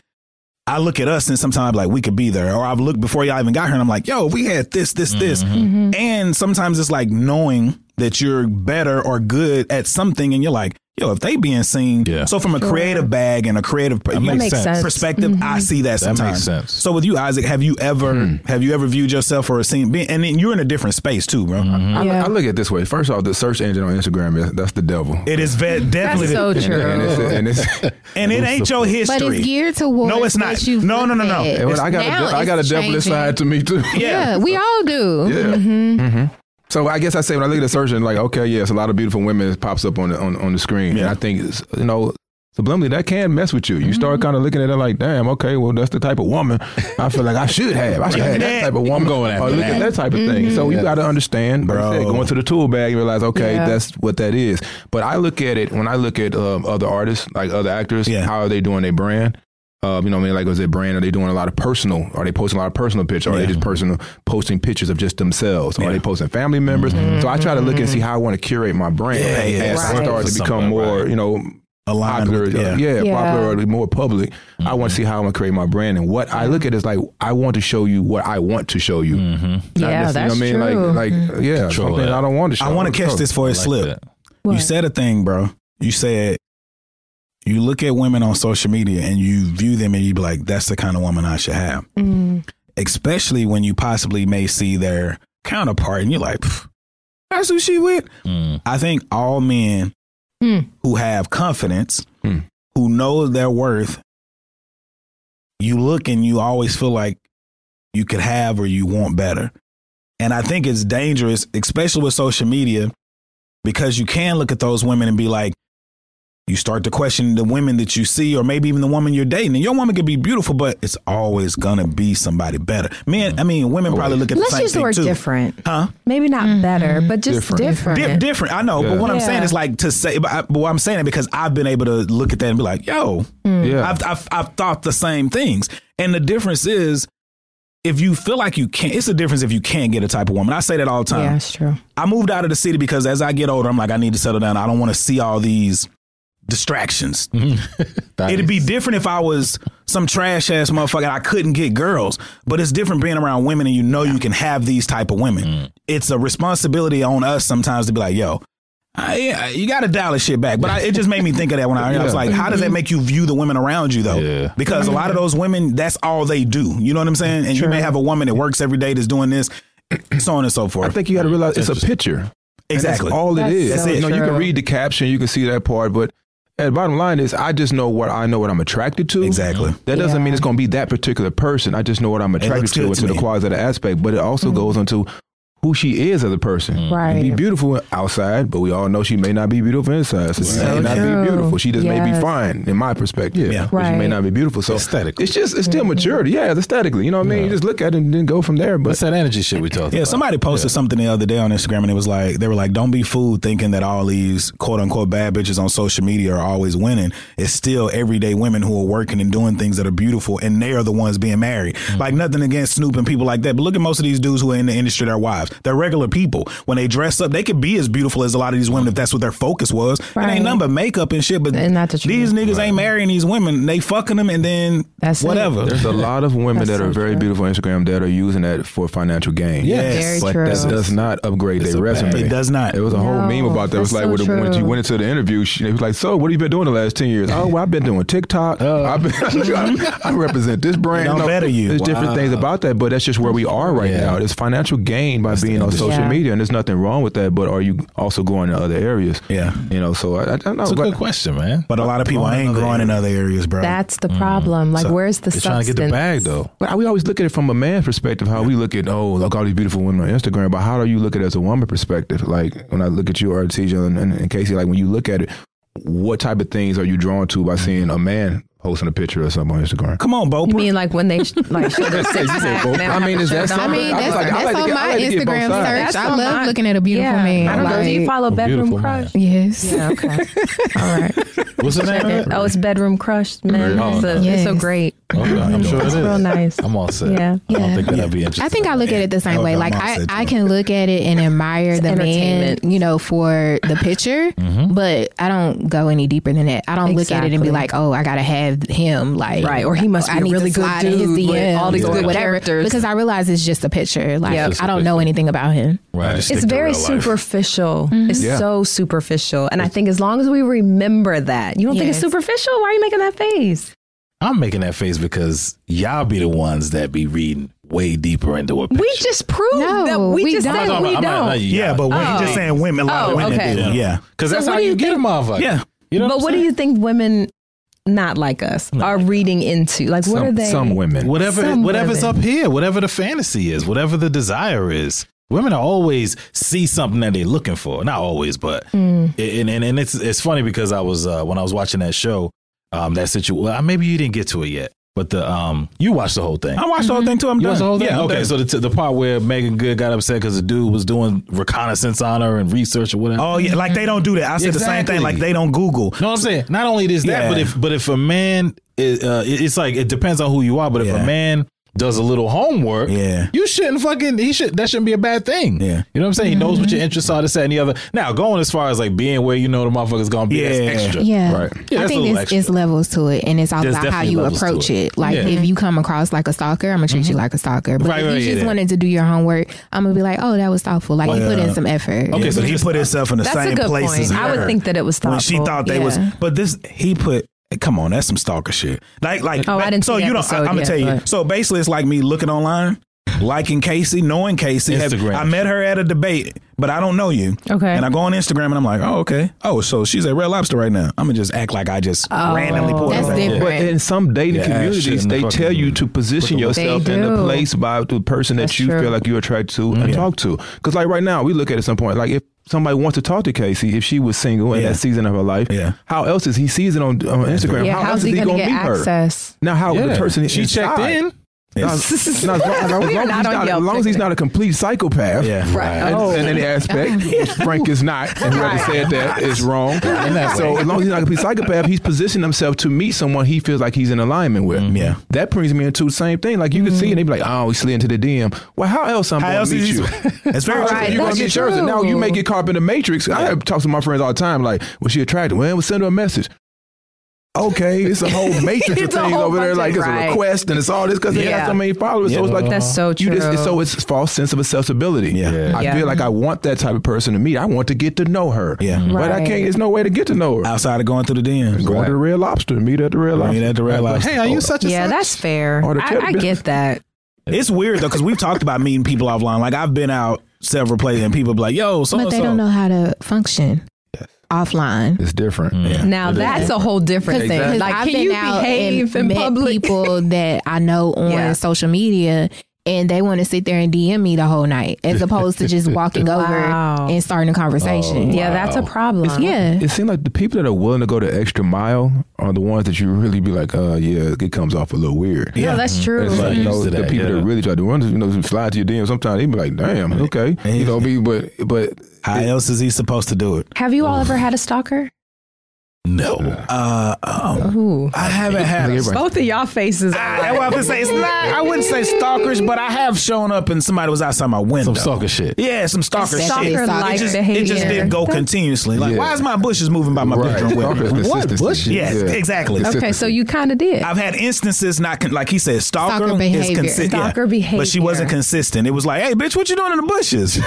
I look at us, and sometimes I'm like, we could be there. Or I've looked before y'all even got here, and I'm like, yo, we had this, this, this.
Mm-hmm.
Mm-hmm.
And sometimes it's like knowing that you're better or good at something, and you're like, yo, if they being seen,
Yeah.
so from a creative bag and a creative
That makes
makes
sense.
sense.
perspective,
Mm-hmm.
I see that
That
sometimes.
makes sense. Hmm.
So with you, Isaac, have you ever have you ever viewed yourself or seen? Being, and then you're in a different space too, bro.
Mm-hmm.
I,
Yeah.
I look at it this way. First off, the search engine on Instagram is that's the devil.
It is ve- definitely,
That's so
And,
true.
and it's, and it's
and it ain't your history.
But it's geared towards
No, it's not.
what you've
No, no, no,
looked
no.
at.
and when I got
Now
a, de- I
it's
got a devilish
changing.
side to me too.
Yeah, Uh, we all do.
Yeah. Mm-hmm. So I guess I say when I look at the search engine, like, okay, yes, a lot of beautiful women that pops up on the on, on the screen, and I think it's, you know. Subliminally, that can mess with you. You start
Mm-hmm.
kind of looking at it like, damn, okay, well, that's the type of woman I feel like I should have. I should have that type of woman.
going after
or look
that.
at that type of thing. So you got to understand, bro.
Bro.
Like I said, go into the tool bag and realize, okay,
Yeah.
that's what that is. But I look at it when I look at um, other artists, like other actors.
Yeah.
How are they doing their brand? Uh, you know what I mean? Like, is their brand? Are they doing a lot of personal? Are they posting a lot of personal pictures? Are
Yeah.
they just personal posting pictures of just themselves?
Yeah. Mm-hmm.
Are they posting family members? So I try to look and see how I want to curate my brand
Yeah, yeah,
as
right.
I start to
For
become
something,
more,
right.
you know,
Aligned
popular,
with-
yeah,
yeah. Mm-hmm.
yeah,
Yeah.
popular or more public. I want to see how I'm gonna create my brand, and what I look at is like I want to show you what I want to show
Mm.
you.
Mm-hmm.
Not
Yeah,
necessarily-
that's
you know what I mean?
true.
Like,
Mm-hmm.
like yeah,
Control
something
that.
I don't want to show.
I want to catch this for a slip. You said a thing, bro. You said you look at women on social media and you view them and you be like, "That's the kind of woman I should have."
Mm-hmm.
Especially when you possibly may see their counterpart and you're like, "Pff, "That's who she with."
Mm-hmm.
I think all men
Hmm.
Mm.
who have confidence,
Mm.
who know their worth, you look and you always feel like you could have or you want better. And I think it's dangerous, especially with social media, because you can look at those women and be like, you start to question the women that you see, or maybe even the woman you're dating. And your woman could be beautiful, but it's always gonna be somebody better. Men, I mean, women probably look at
Let's
the same
use the
thing
word
too,
different.
huh?
Maybe not better, but just
Different.
Mm-hmm. different.
Di- different. I know, but
Yeah.
what I'm
Yeah.
saying is like to say, but, I, but what I'm saying is because I've been able to look at that and be like, yo,
Yeah,
I've, I've I've thought the same things, and the difference is. If you feel like you can't, it's a difference if you can't get a type of woman. I say that all the time.
Yeah, it's true.
I moved out of the city because as I get older, I'm like, I need to settle down. I don't want to see all these distractions. It'd be different if I was some trash ass motherfucker and I couldn't get girls. But it's different being around women and you know you can have these type of women.
Mm.
It's a responsibility on us sometimes to be like, yo, I, yeah, you got to dial this shit back. But I, it just made me think of that when I, I was
Yeah.
like, how does that make you view the women around you though?
Yeah.
Because a lot of those women, that's all they do. You know what I'm saying? And you may have a woman that works every day that's doing this, so on and so forth.
I think you got to realize it's a picture. And
exactly.
That's all
That's
it is.
so
You, know, you can
true.
read the caption, you can see that part, but at the bottom line is I just know what I know what I'm attracted to.
Exactly.
That doesn't
Yeah.
mean it's going to be that particular person. I just know what I'm attracted
looks good
to and
to
to the
me.
quality of the aspect, but it also
Mm-hmm.
goes into who she is as a person.
Right.
Be beautiful outside, but we all know she may not be beautiful inside. So she
So
may not
true.
be beautiful. She just may be
Yes.
fine in my perspective.
Yeah.
But she may
Right.
not be beautiful. So
Aesthetically.
It's just it's still maturity. Yeah, it's aesthetically. You know what I mean? You just look at it and then go from there. But
What's that energy shit we talked
Yeah,
about?
somebody posted something the other day on Instagram, and it was like they were like, "Don't be fooled thinking that all these quote unquote bad bitches on social media are always winning. It's still everyday women who are working and doing things that are beautiful, and they are the ones being married. Like nothing against Snoop and people like that, but look at most of these dudes who are in the industry. They're wives. They're regular people. When they dress up, they could be as beautiful as a lot of these women if that's what their focus was. It
Right.
ain't nothing but makeup and shit. But
And not the truth.
these niggas ain't marrying these women. They fucking them, and then
That's it.
whatever.
There's a lot of women
That's
that are
so
very
true.
beautiful on Instagram that are using that for financial gain.
Yes.
Very
but
true.
that does not upgrade
It's
their
a bad-
resume.
It does not.
It was a whole
No,
meme about that. It was
that's
like when,
so
the- when
true.
she went into the interview, she it was like, "So, what have you been doing the last ten years?" Oh, well, I've been doing TikTok. I've been, I, represent this brand.
Uh. Don't
You know,
better you.
There's different
Wow.
things about that, but that's just where we are right
Yeah.
now. There's financial gain by being on social
industry. Yeah.
media, and there's nothing wrong with that. But are you also growing in other areas?
Yeah.
you know. So I, I don't know.
That's a
but-
good question, man.
But a lot of people
Growing in
ain't
other
growing in other areas, bro.
That's the problem. Like, where's the
They're
substance?
trying to get the bag though.
But we always look at it from a man's perspective, how we look at, oh, look all these beautiful women on Instagram, but how do you look at it as a woman perspective? Like when I look at you, Artesia and, and, and Casey, like when you look at it, what type of things are you drawn to by seeing a man posting a picture or something on Instagram.
Come on, Bo.
You mean like when they sh- like show their
Yeah, you
six
said
pack?
both.
and
I
have
mean,
to
is
show
that
down?
I mean,
I
that's,
was like- I
that's
like to
on
get- I
my
like to get both
Instagram
sides.
search.
That's
I
on
love
mine.
looking at a beautiful
Yeah.
man.
I don't know. Do you
like-
follow Bedroom
beautiful man.
Crush?
yes.
Yeah. Okay.
All right.
What's the name?
oh, it's Bedroom Crush, man.
Oh,
it's, a- it's so
yes.
great.
Okay, I'm sure it
It's
is.
real nice.
I'm all set.
Yeah.
I don't
Yeah.
think that I'd be interested.
I think I look at it the same
Okay,
way.
I'm
Like
upset
I,
too.
I can look at it and admire the man,
entertainment.
you know, for the picture,
Mm-hmm.
but I don't go any deeper than that. I don't look at it and
Exactly.
be like, oh, I gotta have him, like "Oh,
Right, or he must
I
be a
need to
really good
slide in his
dude with
DMs
all these
or
good
whatever,
characters.
because I realize it's just a picture. Like
Yep.
I don't know anything about him.
Right.
It's very superficial. It's
Yeah.
so superficial. And I think as long as we remember that, you don't think it's
Yes.
superficial? Why are you making that face?
I'm making that face because y'all be the ones that be reading way deeper into what.
We just proved
No,
that we,
we
just
don't.
said
I'm
I'm
we
not- I'm not-
don't.
not you,
Yeah,
y'all.
but when
Oh.
he's just saying women, a lot
Oh,
of women
okay.
do. Yeah.
Cause that's
what
how
do
you,
you
get a motherfucker.
Yeah.
You know
but what
I'm
do
saying?
you think women not like us are reading into? Like, what
some,
are they?
Some women.
Whatever,
Some
whatever's
women.
up here, whatever the fantasy is, whatever the desire is. Women are always see something that they're looking for. Not always, but
Mm.
and, and and it's it's funny because I was uh, when I was watching that show, um, that situation. Well, maybe you didn't get to it yet, but the um, you watched the whole thing.
I watched the whole thing too. I'm
You
done.
watched the whole thing?
Yeah, I'm
okay.
done.
So the, t- the part where Megan Good got upset because the dude was doing reconnaissance on her and research or whatever.
Oh yeah, like they don't do that. I said the same
Exactly.
thing. Like they don't Google.
No, I'm saying not only is that,
Yeah.
but if but if a man, is, uh, it- it's like it depends on who you are. But if
Yeah.
a man does a little homework,
Yeah.
you shouldn't fucking he should that shouldn't be a bad thing.
Yeah.
you know what I'm saying. He knows what your interests are, this that, and the other. Now going as far as like being where you know the motherfucker's gonna be, that's
Yeah.
extra.
Yeah.
right. Yeah,
I
that's
think
a little
it's,
extra.
it's levels to it, and it's all
There's
about how
definitely
you
levels to
approach
it.
it. Like
Yeah. Mm-hmm.
if you come across like a stalker, I'm gonna treat you like a stalker. But
Right,
if
right,
you
yeah,
just
yeah.
wanted to do your homework, I'm gonna be like, oh, that was thoughtful. Like you put in some effort.
Okay,
Yeah,
so
but he
just-
put himself in the
That's
same
a good
place as
point. I would
her
think that it was
when she
thoughtful.
thought they was.
Yeah.
But this he put. Come on, that's some stalker shit. Like like.
Oh, I didn't
so
see the
you don't. I,
episode
am gonna
yet,
tell you.
but-
So basically, it's like me looking online. Liking Casey, knowing Casey, Have-
Instagram.
I met her at a debate, but I don't know you.
Okay.
and I go on Instagram and I'm like, oh okay, oh so she's at Red Lobster right now. I'm gonna just act like I just
Oh,
randomly pulled
That's
her.
different.
But in some dating
Yeah, shit
communities,
in the
they
fucking-
tell you to position yourself
They
in the
do.
place by the person
That's
that you
true.
feel like you're attracted to
Mm-hmm.
and talk to. Because like right now, we look at it at some point like if somebody wants to talk to Casey, if she was single in
Yeah.
that season of her life,
Yeah.
how else is he sees it on, on Instagram?
yeah,
how
how's
else is
he
he,
going to
gonna
get
meet her?
access?
Now, how the person
she
inside-
checked in.
Now, now, as long- as long as
We
he's
are not on
not- as
Yelp
long as he's
picnic.
not a complete psychopath,
Yeah,
Right.
and,
Oh.
in any aspect, which Frank is not, and whoever said that is wrong. So as long as he's not a complete psychopath, he's positioning himself to meet someone he feels like he's in alignment with.
Yeah.
that brings me into the same thing. Like you can see, and they be like, "Oh, he slid into the DM." Well, how else I'm
How
going
else
to meet
is
you?
you? It's very
Right,
true.
You're gonna
that's
meet yours, and now you may get caught up in the matrix. I have talked to my friends all the time. Like, was she attractive? Well, we'll send her a message. Okay, it's a whole matrix of
It's a
things
whole
over there.
bunch
Like,
of-
it's
right.
a request, and it's all this because they
Yeah.
got so many followers.
Yeah.
So it's like
Oh, That's so
you just, it's-
true.
so it's a false sense of accessibility.
Yeah.
I
Yeah.
feel like I want that type of person to meet. I want to get to know her.
Yeah.
But I
Right.
can't. There's no way to get to know her.
Outside of going through the DMs,
Going to the Red Lobster. Meet at the Red
I
Lobster.
mean, at the Red Lobster.
Hey, are you such a
Yeah,
such?
that's fair.
Or the
I,
cat
I
business.
get that.
It's weird though because we've talked about meeting people offline. Like I've been out several places and people be like, "Yo, so
but
and
they don't
so."
know how to function offline.
It's different.
Mm.
Now that's a whole different thing.
Exactly.
Like,
I've
can
been
you
out
behave
and
in
met
public?
people that I know on
Yeah.
social media, and they want to sit there and DM me the whole night, as opposed to just walking
Wow.
over and starting a conversation.
Yeah, that's a problem.
yeah.
It seems like the people that are willing to go the extra mile are the ones that you really be like, uh, yeah, it comes off a little weird.
No, that's true. Mm-hmm.
It's like
Used
those,
to
the
that,
people
yeah.
that really try to run, you know, slide to your DM. Sometimes they be like, "Damn, okay," you know. Be but but
How else is he supposed to do it?
Have you all ever had a stalker?
no.
Uh, um,
Ooh.
I haven't had. a stalker.
Both of y'all faces.
Ah,
I, that's what I was gonna say. It's not. I wouldn't say stalkers, but I have shown up and somebody was outside my window.
Some stalker shit.
Yeah, some stalker shit.
Stalker-like
it, just, it just
behavior.
didn't go continuously. Like,
Yeah.
why is my bushes moving by my
right,
bedroom
Stalker is
window?
consistency.
bushes?
Yes, exactly. Okay,
okay, so
Consistency.
you kind of did.
I've had instances not con- like he said stalker,
Stalker
is
behavior.
consistent.
Stalker
but she wasn't
behavior.
consistent. It was like, hey, bitch, what you doing in the bushes?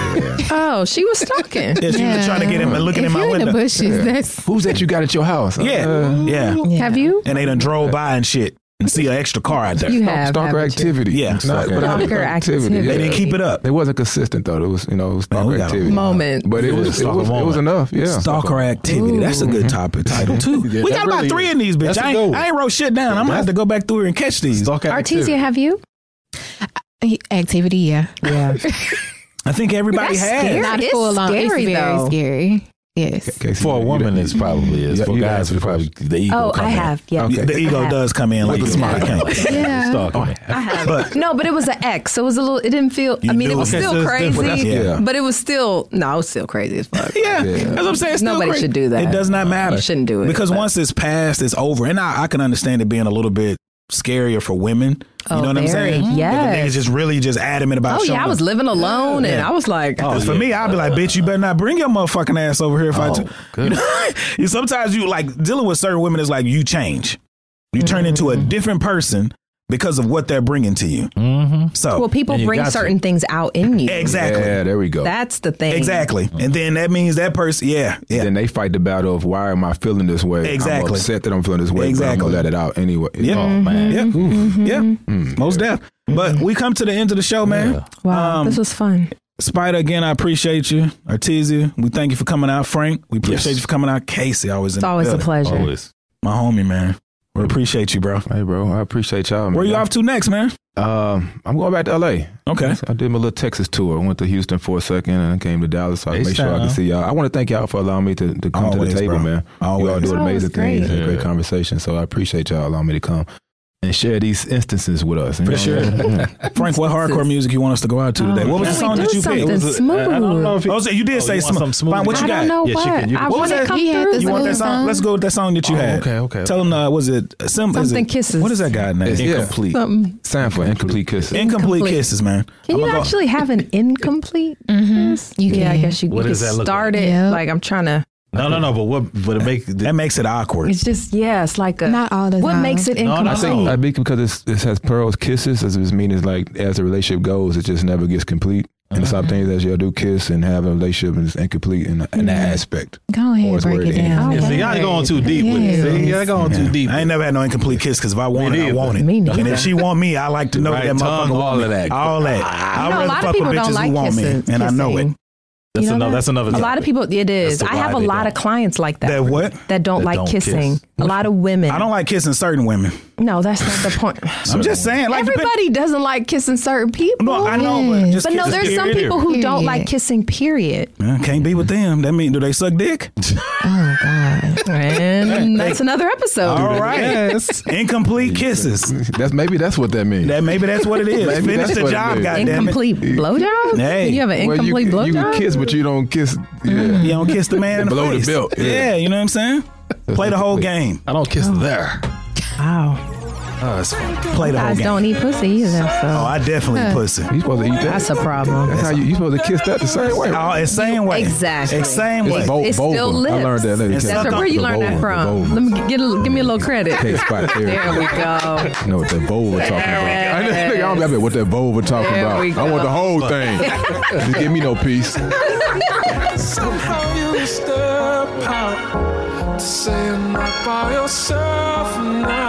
oh, she was stalking.
Yeah, she was trying to get him and looking
if
in my
you're in
window.
the bushes, that's
Who's that you got at your house?
Yeah,
Uh,
yeah.
yeah.
Have you?
And they done drove by and shit and see an extra car out there.
You have.
stalker
haven't you?
activity.
Yeah.
Not- but I-
Stalker activity.
They
yeah.
didn't keep it up.
They wasn't consistent though. It was you know it was
Man,
stalker
we got a
activity.
Moment.
But it was, it
Stalker
was it was
moment.
enough. Yeah.
Stalker activity. That's a good topic title too.
Yeah,
we
that
got about
really
three
is.
in these, bitch.
That's a
I
good
ain't,
one.
I ain't wrote shit down. I'm gonna have to go back through here and catch these.
Stalker
Artesia,
activity.
have you?
activity, yeah.
Yeah.
I think everybody
That's
has.
scary. It's
full on. It's
scary,
very
though.
scary. Yes.
Casey,
For a
you-
woman,
you-
it's probably is.
you-
For
you
guys,
answer
it's
the
probably
question.
the ego.
Oh,
come
I
in.
have. Yes.
Yeah, the ego
I have.
does come in like
With
a
the
smart
smile.
account.
It's
Yeah.
talking.
I have.
But-
no, but it was an X. So it was a little. It didn't feel.
You
I mean, it
knew
was
it.
still
Okay, so it's
crazy,
different. That's-
yeah.
but it was still. No, it was still crazy as fuck.
Yeah,
Yeah.
that's what I'm saying. It's still
Nobody
great.
should do that.
It does not matter.
You shouldn't do it,
because
but-
once it's passed, it's over. And I, I can understand it being a little bit scarier for women.
Oh,
you know what I'm
very.
saying? Yeah,
Yes.
niggas just really just adamant about.
Oh
showing
yeah, I was
them.
living alone, and I was like,
Because for
Oh, yeah.
me, I'd be like, bitch, you better not bring your motherfucking ass over here if I.
Oh,
T-.
good.
You sometimes you like dealing with certain women is like you change, you turn into
Mm-hmm.
a different person because of what they're bringing to you.
Mm-hmm.
So
well, people
And you
bring
got
certain things out in you.
exactly,
Yeah, there we go.
That's the thing.
exactly, and then that means that person, yeah, yeah,
Then they fight the battle of why am I feeling this way?
Exactly.
I'm upset that I'm feeling this way. But I'm
Exactly.
gonna let it out anyway. Hmm.
Yeah.
Oh man.
yeah,
Mm-hmm.
yeah, most deaf.
Mm-hmm.
But we come to the end of the show, man.
Wow,
Um,
this was fun.
Spider, again, I appreciate you. Artesia, we thank you for coming out. Frank, we appreciate
Yes.
you for coming out. Casey, always in
It's
the
always a
building.
pleasure.
Always.
My homie, man. We appreciate you, bro.
Hey, bro, I appreciate y'all.
Where you off to next, man?
Um, I'm going back to LA.
Okay.
I did my little Texas tour. I went to Houston for a second and I came to Dallas. So I
It's
made sure I
time.
could see y'all. I want to thank y'all for allowing me to, to come
Always,
to the table,
bro.
man. You all
Always.
do
Oh,
amazing
it's great.
things and
Yeah.
great conversation. So I appreciate y'all allowing me to come and share these instances with us. you
For
know?
sure. Frank, what hardcore music you want us to go out to today? What was the
Can
song
we
that
do
you
something
picked?
smooth?
I don't know if it-
Oh, so you did
Oh,
say
you want
some-
something smooth.
Fine, what
I
you got?
don't know
Yes, you
what.
can- you
I
can-
want
was
to
that?
come
He had
through.
this
You want that
Smooth
song?
song?
Let's go with that song that you
Oh,
had.
okay, okay,
Tell them, uh, was it Sim- is
Something
it-
Kisses.
What is that guy name?
It's- yeah.
Incomplete.
Um,
Sign for Incomplete Kisses.
Incomplete,
Incomplete.
Kisses, man.
Can you
I'ma go-
actually have an incomplete?
Mm, You
Yeah, I
can.
guess you, you
What
can
does that look
start
like?
it.
Yep.
Like I'm trying to.
No, no, no. But what? But it make
That
the,
makes it awkward.
It's just yeah. It's like a.
Not all the
what
time.
makes it
No,
incomplete?
no,
I think I think because it's, it has pearls kisses as it means like as the relationship goes, it just never gets complete. And
Uh-huh.
some things that y'all do kiss and have a relationship is incomplete in, in
Mm-hmm.
that aspect.
Go ahead
Or
and
it's
break
where
it
it
Oh,
down.
yeah, see, y'all going too deep with it. See, y'all going too deep.
I ain't never had no incomplete kiss because if I want it, I
neither.
want it.
Me neither.
and if she want me, I like to know
Right
that
tongue,
motherfucker want
all
me.
of that.
All that.
You
I'd
know, a
rather
lot of
fuck with
people
bitches
don't like
who want
kissing,
me, and I know it.
kissing.
that's
you know
another.
that?
That's another.
A lot of people, it is.
That's
I
the
have
why
a
they
lot of
don't.
clients like that
That what?
that don't
That
like
don't kiss.
kissing. A lot of women.
I don't like kissing certain women.
No, that's not the point.
I'm just saying, like depend-
Everybody doesn't like kissing certain people.
No, I know, but
Yes.
just
but no,
kiss-
there's some
period.
people who don't
Period.
like kissing. Period.
Man, can't be with them. That mean, do they suck dick?
Oh God.
And that's another episode.
All right, incomplete kisses.
That's maybe that's what that means.
That maybe that's what it is.
Maybe
Finish
that's
the
what it
job,
is.
goddamn it.
Incomplete blowjob.
Hey.
you have an
Well,
incomplete Mm.
you, can- you
blowjob.
can kiss, but you don't kiss. Yeah.
You don't kiss the man in the
Below the
face.
belt, yeah. Oh,
Yeah, you know what I'm saying. Play the whole game.
I don't
Oh.
kiss there.
Wow,
Oh, that's fine.
Play the whole
guys
game.
don't eat pussy either. So
Oh, I definitely pussy.
You supposed to eat that.
that's a problem.
That's how you you supposed to kiss that the same way.
Oh, it's same way.
Exactly.
It's same way.
It's bo-
it's
vulva.
still
I
lips.
learned that. later.
It's not
That's right. Where you
The
learned that
vulva, the
from?
vulva.
Let me get a, give me a little credit.
Case by
There
therapy.
we go.
I know what that vulva talking about. I know, nigga, I don't got what that vulva talking
There
about.
we
I want
go.
the whole thing. Just give me no piece.
Somehow you step out to say you're not by yourself now.